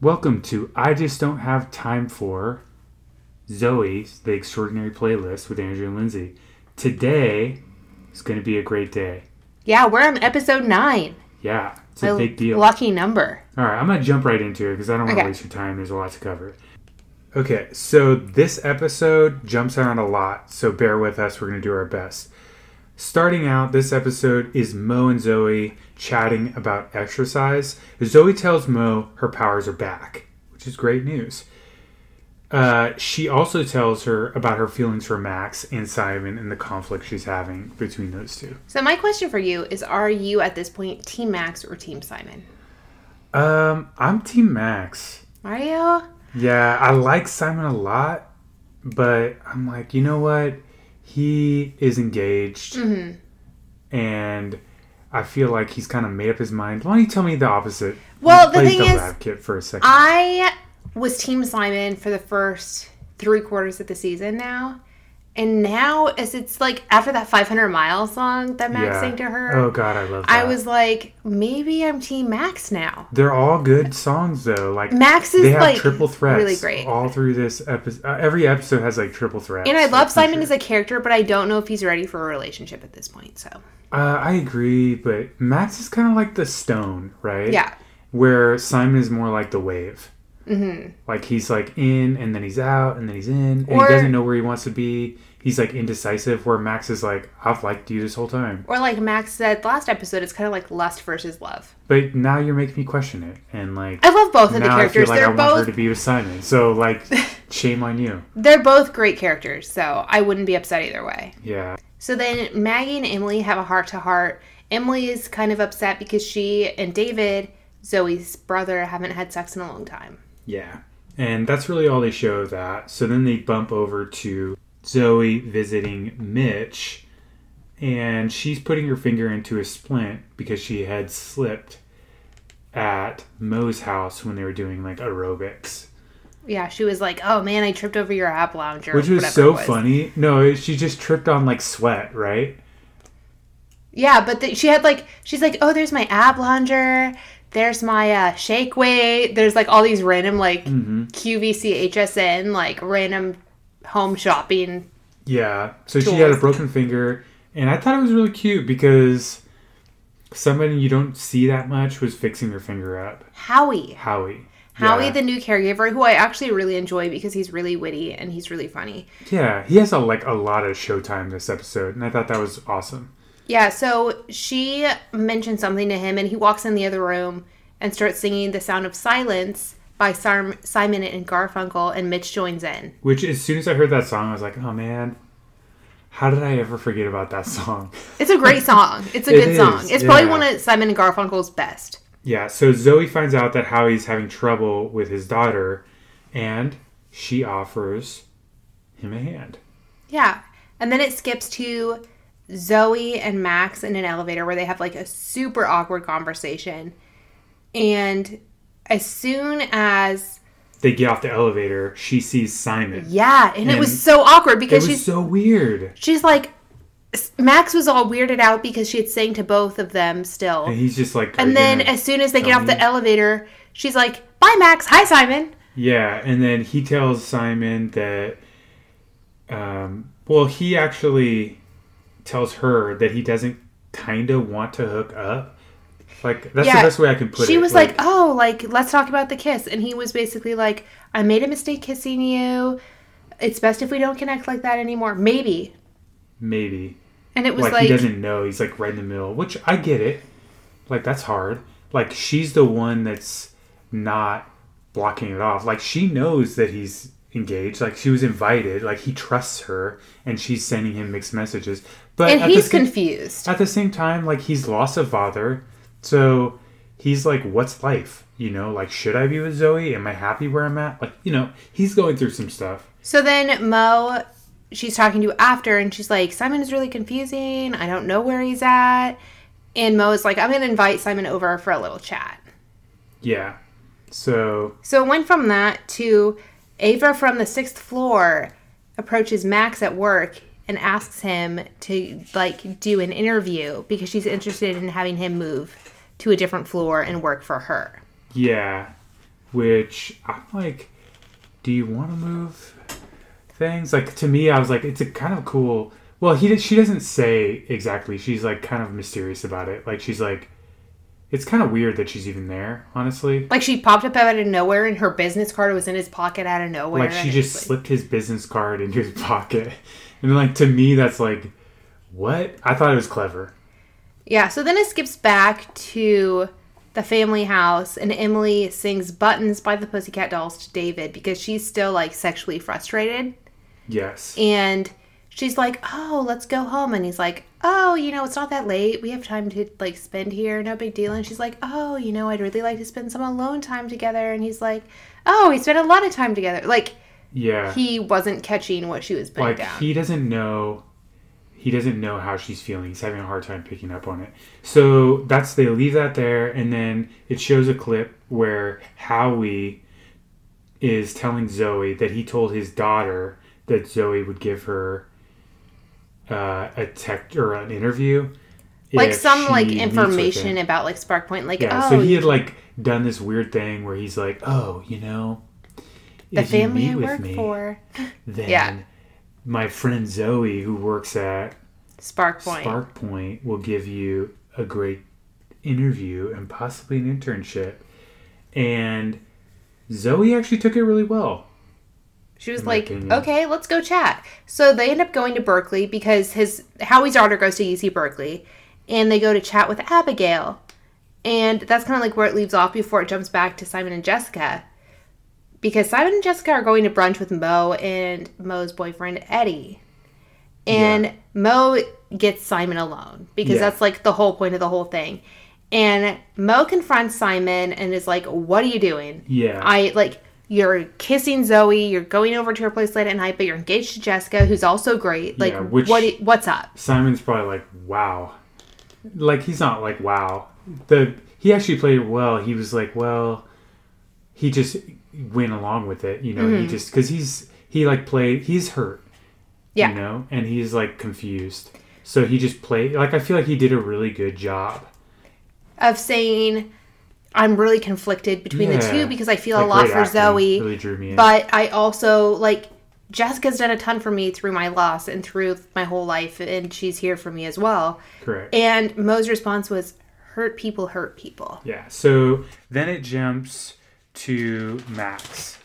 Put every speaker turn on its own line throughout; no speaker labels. Welcome to I Just Don't Have Time For Zoe's The Extraordinary Playlist with Andrew and Lindsay. Today is going to be a great day.
Yeah, we're on episode nine.
Yeah, it's a
My
big deal.
Lucky number.
All right, I'm going to jump right into it because I don't want to
Okay.
waste your time. There's a lot to cover. Okay, so this episode jumps around a lot, so bear with us. We're going to do our best. Starting out, this episode is Mo and Zoe chatting about exercise. Zoe tells Mo her powers are back, which is great news. Uh, she also tells her about her feelings for Max and Simon and the conflict she's having between those two.
So my question for you is: Are you at this point Team Max or Team Simon?
Um, I'm Team Max.
Are you?
Yeah, I like Simon a lot, but I'm like, you know what? He is engaged,
Mm. Mm-hmm.
and I feel like he's kind of made up his mind. Why don't you tell me the opposite?
Well, the
Play
thing
devil's
is,
advocate for a second.
I was Team Simon for the first three quarters of the season now, and now as it's like after that 500 mile song that Max
Yeah.
sang to her,
Oh God, I love. That.
I was like, maybe I'm Team Max now.
They're all good songs though. Like
Max is
they have
like
triple threats.
really great.
All through this episode, uh, every episode has like triple threats.
and I love Simon
As-
as a character, but I don't know if he's ready for a relationship at this point. So
uh, I agree, but Max is kind of like the stone, right?
yeah,
where Simon is more like the wave. Mm-hmm. Like he's like in and then he's out and then he's in and
Or-
he doesn't know where he wants to be. He's like indecisive. Where Max is like, I've liked you this whole time,
or like Max said last episode, it's kind of like lust versus love.
but now you're making me question it. And like
I love both of the
now I feel
characters.
like I
they're
want her
both
to be with Simon. So like, shame on you.
they're both great characters, so I wouldn't be upset either way.
Yeah,
So then Maggie and Emily have a heart to heart. Emily is kind of upset because she and David, Zoe's brother, haven't had sex in a long time.
yeah. And that's really all they show of that. So then they bump over to Zoe visiting Mitch, and she's putting her finger into a splint because she had slipped at Mo's house when they were doing like aerobics,
Yeah, she was like, "Oh man, I tripped over your app lounger,"
which was
whatever
so
it was.
funny. No, she just tripped on like sweat, right?
Yeah, but the, she had like, she's like, "Oh, there's my ab lounger." There's my uh, shake weight. There's like all these random like QVC HSN like random home shopping.
Yeah. So she had a
Tools.
broken finger, and I thought it was really cute because somebody you don't see that much was fixing her finger up.
Howie,
Howie.
Howie,
Yeah.
the new caregiver, who I actually really enjoy because he's really witty and he's really funny.
Yeah, he has a, like a lot of showtime this episode, and I thought that was awesome.
Yeah, so she mentioned something to him, and he walks in the other room and starts singing "The Sound of Silence" by Sar- Simon and Garfunkel, and Mitch joins in.
Which, as soon as I heard that song, I was like, "Oh man, how did I ever forget about that song?"
It's a great song. It's a
It
good
is,
song. It's probably
yeah.
one of Simon and Garfunkel's best.
yeah. So Zoe finds out that Howie's having trouble with his daughter, and she offers him a hand.
Yeah, and then it skips to Zoe and Max in an elevator where they have like a super awkward conversation, and as soon as
They get off the elevator. She sees Simon.
yeah, and it
And
was so awkward
It
because
was
she's
so weird,
She's like, Max was all weirded out because she had sang to both of them still.
and he's just like, "Are you
and then
gonna-"
as soon as they get
tell
off the
me?
elevator, she's like, Bye, Max. Hi, Simon.
Yeah, and then he tells Simon that, um, well, he actually tells her that he doesn't kind of want to hook up. Like that's
Yeah,
the best way I can put it.
she was like, Oh, like, let's talk about the kiss. And he was basically like, I made a mistake kissing you. It's best if we don't connect like that anymore. Maybe.
maybe,
And it was
like,
like,
he doesn't know. He's like right in the middle, which I get it. Like that's hard. Like she's the one that's not blocking it off. Like she knows that he's engaged. Like she was invited. Like he trusts her, and she's sending him mixed messages. But
And
at the
he's
same-
confused.
at the same time, like he's lost a father, so he's like, "What's life?" You know, like, should I be with Zoe? Am I happy where I'm at? Like, you know, he's going through some stuff.
So then Mo, she's talking to after, and she's like, Simon is really confusing. I don't know where he's at. And Mo is like, I'm going to invite Simon over for a little chat.
Yeah. So
So it went from that to Ava from the sixth floor approaches Max at work and asks him to like do an interview because she's interested in having him move to a different floor and work for her.
yeah, which I'm like, do you want to move things? Like to me, I was like, it's a kind of cool. Well, he she doesn't say exactly. She's like kind of mysterious about it. Like she's like, it's kind of weird that she's even there. Honestly,
Like she popped up out of nowhere, and her business card was in his pocket out of nowhere.
like she
and
just
it's like-
slipped his business card into his pocket, and like to me, that's like, what? I thought it was clever.
Yeah, so then it skips back to the family house, and Emily sings Buttons by the Pussycat Dolls to David because she's still like sexually frustrated.
Yes.
And she's like, Oh, let's go home. And he's like, Oh, you know, it's not that late. We have time to like spend here. No big deal. And she's like, Oh, you know, I'd really like to spend some alone time together. And he's like, Oh, we spent a lot of time together. Like,
yeah.
he wasn't catching what she was putting
like
down.
he doesn't know he doesn't know how she's feeling he's having a hard time picking up on it so that's they leave that there and then it shows a clip where howie is telling zoe that he told his daughter that zoe would give her uh, a tech or an interview
like
if
some
she
like
meets with him.
information about like Sparkpoint. Like,
Yeah,
oh,
so he had like done this weird thing where he's like, "Oh, you know,
the
if you
family I
meet with
work
me,
for.
then
Yeah.
my friend Zoe, who works at
Spark Point.
Spark Point, will give you a great interview and possibly an internship. And Zoe actually took it really well.
She was
my
like,
opinion.
"Okay, let's go chat." So they end up going to Berkeley because his Howie's daughter goes to UC Berkeley, and they go to chat with Abigail, and that's kind of like where it leaves off before it jumps back to Simon and Jessica, because Simon and Jessica are going to brunch with Mo and Mo's boyfriend Eddie, and Mo gets Simon alone because
Yeah.
that's like the whole point of the whole thing, and Mo confronts Simon and is like, "What are you doing?"
Yeah,
I like you're kissing Zoe, you're going over to her place late at night, but you're engaged to Jessica, who's also great. Like
Yeah, which-
what i- what's up?
Simon's probably like, "Wow," like he's not like, "Wow." The he actually played it well. He was like, "Well," he just went along with it, you know.
Mm-hmm.
He just because he's he like played. He's hurt,
Yeah.
you know, and he's like confused. So he just played. Like I feel like he did a really good job.
Of saying I'm really conflicted between the
Yeah.
two because I feel
Like,
a lot
great
for
acting.
Zoe,
really drew me in.
but I also like Jessica's done a ton for me through my loss and through my whole life and she's here for me as well.
Correct.
And Mo's response was hurt people hurt people.
Yeah. So then it jumps to Max,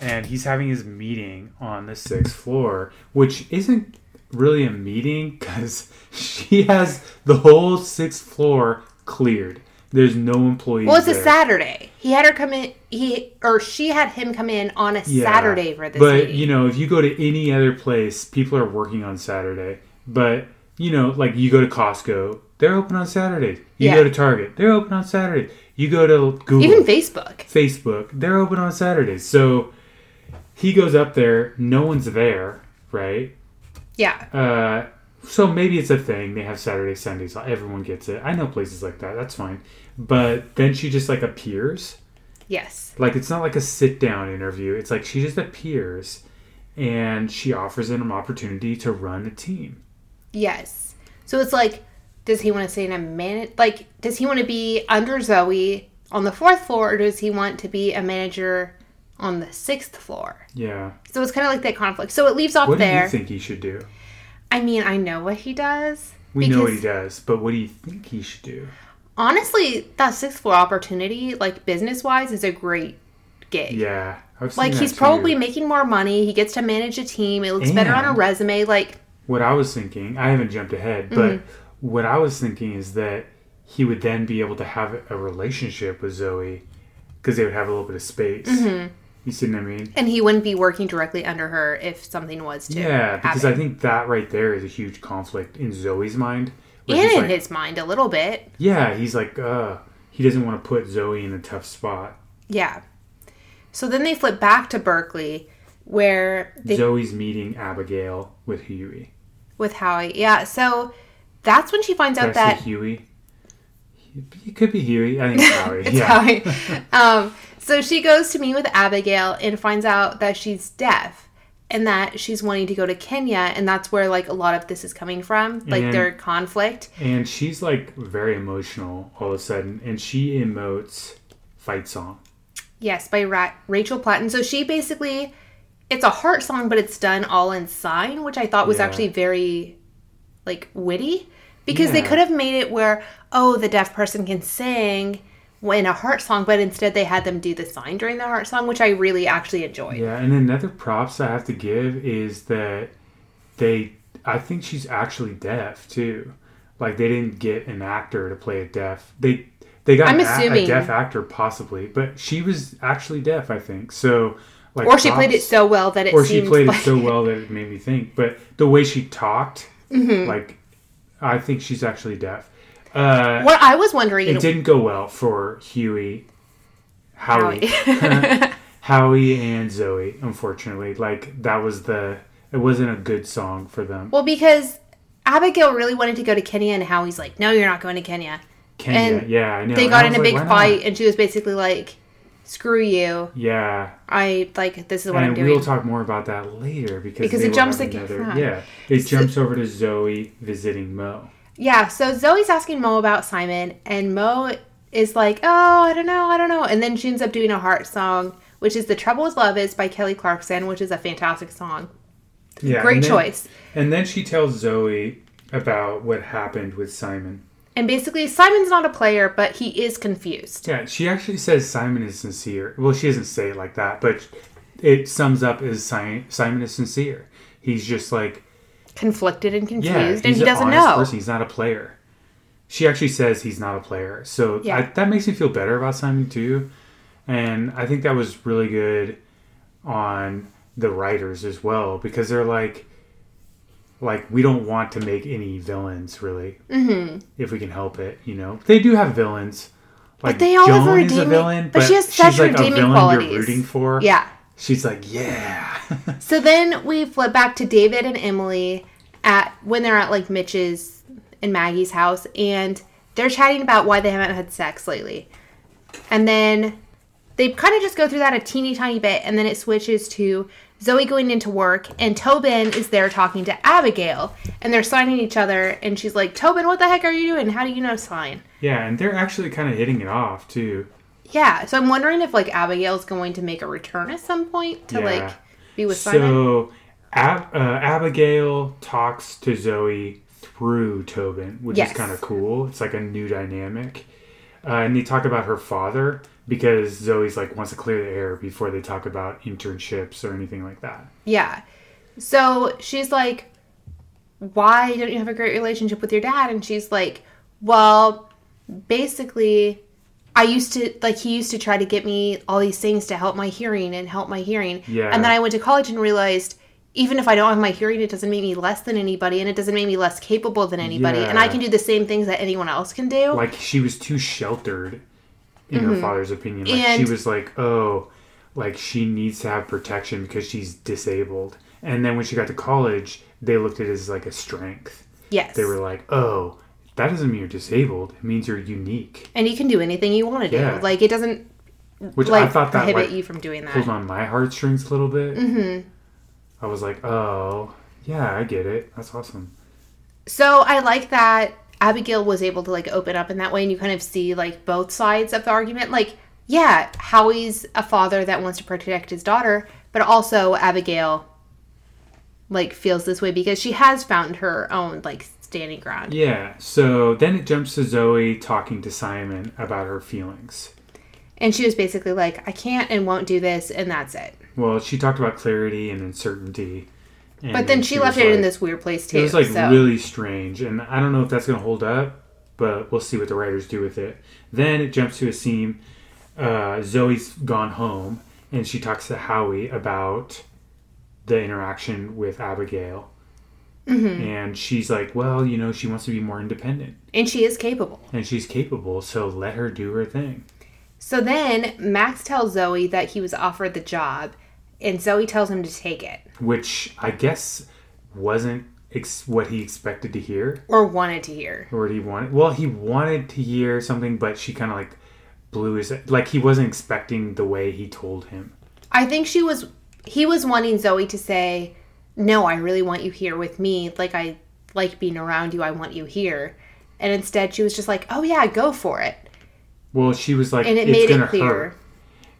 and he's having his meeting on the sixth floor, which isn't really a meeting because she has the whole sixth floor cleared. There's no employees.
Well, it's a
there.
Saturday. He had her come in. He or she had him come in on a
Yeah.
Saturday for this.
But
meeting.
you know, if you go to any other place, people are working on Saturday. But you know, like you go to Costco, they're open on Saturdays. You
Yeah.
go to Target, they're open on Saturdays. You go to Google,
Even Facebook.
Facebook. They're open on Saturdays. So he goes up there. No one's there, right?
Yeah.
Uh, so maybe it's a thing. They have Saturday, Sundays. Everyone gets it. I know places like that. That's fine. But then she just like appears.
Yes.
Like it's not like a sit down interview. It's like she just appears and she offers him an opportunity to run a team.
Yes. So it's like, does he want to stay in a man? Like, does he want to be under Zoe on the fourth floor, or does he want to be a manager on the sixth floor?
Yeah.
So it's kind of like that conflict. So it leaves off
What do
there.
you think he should do?
I mean, I know what he does.
We know what he does, but what do you think he should do?
Honestly, that sixth floor opportunity, like business wise, is a great gig.
Yeah. I was
Like
thinking
he's
that too.
probably making more money. He gets to manage a team. It looks better on a
And-
resume. Like
what I was thinking, I haven't jumped ahead, but
Mm-hmm.
what I was thinking is that he would then be able to have a relationship with Zoe because they would have a little bit of space.
Mm-hmm.
You see what I mean?
and he wouldn't be working directly under her if something was to
Yeah, because
happen.
I think that right there is a huge conflict in Zoe's mind. where
and
he's
in
like,
his mind a little bit
yeah, he's like, uh, he doesn't want to put Zoe in a tough spot.
yeah so then they flip back to berkeley where they
Zoe's meeting Abigail with Huey.
with howie yeah so that's when she finds
Did
out
I say
that
Huey? It could be Huey. I think it's Howie.
it's
yeah.
howie um, so she goes to meet with abigail and finds out that she's deaf and that she's wanting to go to kenya and that's where like a lot of this is coming from like
And-
their conflict
And she's like very emotional all of a sudden, and she emotes fight song.
Yes, by Ra- Rachel Platten. So she basically, it's a heart song, but it's done all in sign, which I thought was
Yeah.
actually very, like, witty because they
Yeah.
could have made it where, oh, the deaf person can sing in a heart song, but instead they had them do the sign during the heart song, which I really actually enjoyed.
Yeah, and another props I have to give is that they I think she's actually deaf too. Like they didn't get an actor to play a deaf. They they got
I'm
an a- a
assuming.
deaf actor possibly, but she was actually deaf, I think. So like
Or she played it
props-
so well that it
or she
seemed
played
like
it so well that it made me think. But the way she talked,
Mm-hmm.
like I think she's actually deaf. Uh,
What I was wondering,
it didn't go well for Huey, Howie, Howie and Zoe. Unfortunately, like that was the it wasn't a good song for them.
well, because Abigail really wanted to go to Kenya, and Howie's like, "No, you're not going to Kenya."
Kenya,
and
yeah, I know.
They
And
got
I
in a
was like,
big
"Why not?"
fight, and she was basically like, "Screw you!
Yeah,
I like this is what
and
I'm
we'll
doing."
talk more about that later because
Because
they
it
will
jumps
have
again,
another-
yeah.
Yeah, it jumps over to Zoe visiting Mo.
yeah. So Zoe's asking Mo about Simon, and Mo is like, "Oh, I don't know, I don't know," and then she ends up doing a heart song, which is "The Trouble with Love" is by Kelly Clarkson, which is a fantastic song.
Yeah,
Great
and then-
choice.
And then she tells Zoe about what happened with Simon.
And basically, Simon's not a player, but he is confused.
Yeah, she actually says Simon is sincere. Well, she doesn't say it like that, but it sums up as Si- Simon is sincere. He's just like,
conflicted and confused
yeah,
and
he's
he
an
doesn't
honest
know.
person. He's not a player. She actually says he's not a player, so
Yeah.
I, that makes me feel better about Simon too. And I think that was really good on the writers as well because they're like, like we don't want to make any villains really, mm-hmm. if we can help it. You know, they do have villains. Like
they all have
Joan is a
redeeming-
villain,
but she has such redeeming qualities.
you're rooting for.
Yeah.
she's like, yeah,
So then we flip back to David and Emily at when they're at like Mitch's and Maggie's house and they're chatting about why they haven't had sex lately. And then they kind of just go through that a teeny tiny bit and then it switches to Zoe going into work and Tobin is there talking to Abigail and they're signing each other and she's like, "Tobin, what the heck are you doing? How do you know sign?"
yeah. And they're actually kind of hitting it off too.
Yeah, so I'm wondering if like Abigail's going to make a return at some point to
Yeah.
like be with Simon.
So Ab- uh, Abigail talks to Zoe through Tobin, which
Yes.
is kind of cool. It's like a new dynamic. Uh, and they talk about her father because Zoe's like wants to clear the air before they talk about internships or anything like that.
Yeah. So she's like, "Why don't you have a great relationship with your dad?" And she's like, "Well, basically, I used to like he used to try to get me all these things to help my hearing and help my hearing.
Yeah.
And then I went to college and realized." Even if I don't have my hearing, it doesn't make me less than anybody, and it doesn't make me less capable than anybody. And I
Yeah.
can do the same things that anyone else can do.
Like she was too sheltered in her father's opinion. Like
Mm-hmm. And-
she was like, oh, like she needs to have protection because she's disabled. And then when she got to college, they looked at it as like a strength.
yes,
they were like, "Oh, that doesn't mean you're disabled. It means you're unique."
and you can do anything you want to do.
Yeah.
Like it doesn't
Which
like
I thought that
prohibit
like,
you from doing
pulled
that.
on my heartstrings a little bit. Mm-hmm. I was like, "Oh, yeah, I get it. That's awesome."
So I like that Abigail was able to like open up in that way, and you kind of see like both sides of the argument. Like, yeah, Howie's a father that wants to protect his daughter, but also Abigail like feels this way because she has found her own like standing ground.
Yeah. So then it jumps to Zoe talking to Simon about her feelings.
And she was basically like, I can't and won't do this, and that's it.
Well, she talked about clarity and uncertainty. and
But then she, left
was
it in
like-
this weird place too.
It was like
so.
really strange, and I don't know if that's going to hold up, but we'll see what the writers do with it. Then it jumps to a scene. Uh, Zoe's gone home, and she talks to Howie about the interaction with Abigail. And she's like, well, you know, she wants to be more independent
and she is capable.
and she's capable, so let her do her thing.
So then Max tells Zoe that he was offered the job, and Zoe tells him to take it
Which I guess wasn't ex- what he expected to hear.
or wanted to hear.
or he wanted well he wanted to hear something but she kind of like blew his like he wasn't expecting the way he told him
I think she was he was wanting Zoe to say, "No, I really want you here with me. Like I like being around you. I want you here." And instead, she was just like, "Oh yeah, go for it."
well she was like
And it
it's
made
gonna
it clear.
hurt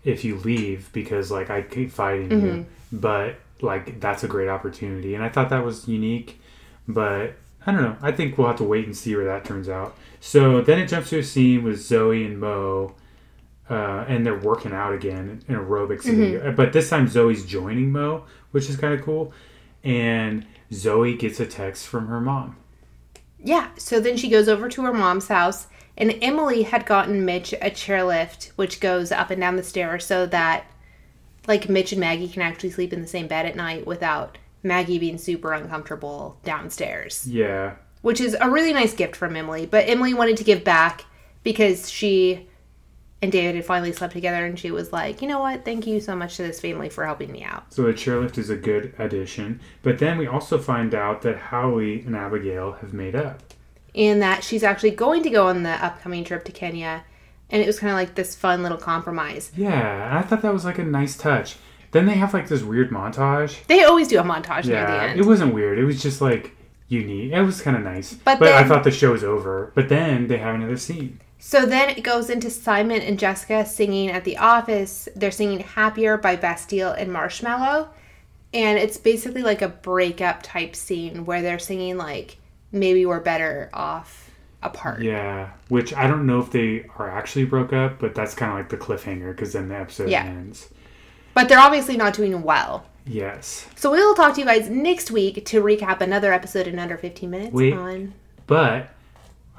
if you leave because like I keep fighting you, but like that's a great opportunity. And I thought that was unique, but I don't know. I think we'll have to wait and see where that turns out. So then it jumps to a scene with Zoe and Mo, uh, and they're working out again in aerobics. video. But this time Zoe's joining Mo, which is kind of cool. And Zoe gets a text from her mom.
Yeah, so then she goes over to her mom's house, and Emily had gotten Mitch a chairlift, which goes up and down the stairs so that, like, Mitch and Maggie can actually sleep in the same bed at night without Maggie being super uncomfortable downstairs,
Yeah,
which is a really nice gift from Emily. But Emily wanted to give back because she and David had finally slept together, and she was like, you know what? Thank you so much to this family for helping me out.
So the chairlift is a good addition, but then we also find out that Howie and Abigail have made up.
and that she's actually going to go on the upcoming trip to Kenya. And it was kind of like this fun little compromise.
Yeah, and I thought that was like a nice touch. Then they have like this weird montage.
They always do a montage near the
Yeah,
end.
it wasn't weird. It was just like unique. It was kind of nice.
But
But, I
then-
thought the show was over. But then they have another scene.
so then it goes into Simon and Jessica singing at the office. They're singing Happier by Bastille and Marshmallow. And it's basically like a breakup type scene where they're singing, like, maybe we're better off apart.
Yeah, which I don't know if they are actually broke up, but that's kind of like the cliffhanger because then the episode
Yeah.
ends.
But they're obviously not doing well.
Yes.
So we will talk to you guys next week to recap another episode in under 15 minutes
Wait.
on.
But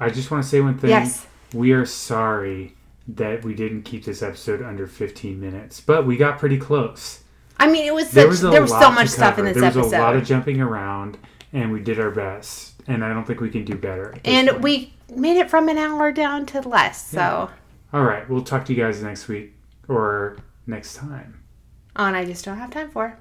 I just want to say one thing.
Yes.
We are sorry that we didn't keep this episode under 15 minutes, but we got pretty close.
I mean, it was such,
There was, a
there was
lot
so
to
much stuff in
cover.
this
there was
episode.
a lot of jumping around, and we did our best. And I don't think we can do better. at this
and
point.
we made it from an hour down to less. So,
all right, we'll talk to you guys next week or next time.
on I Just Don't Have Time For.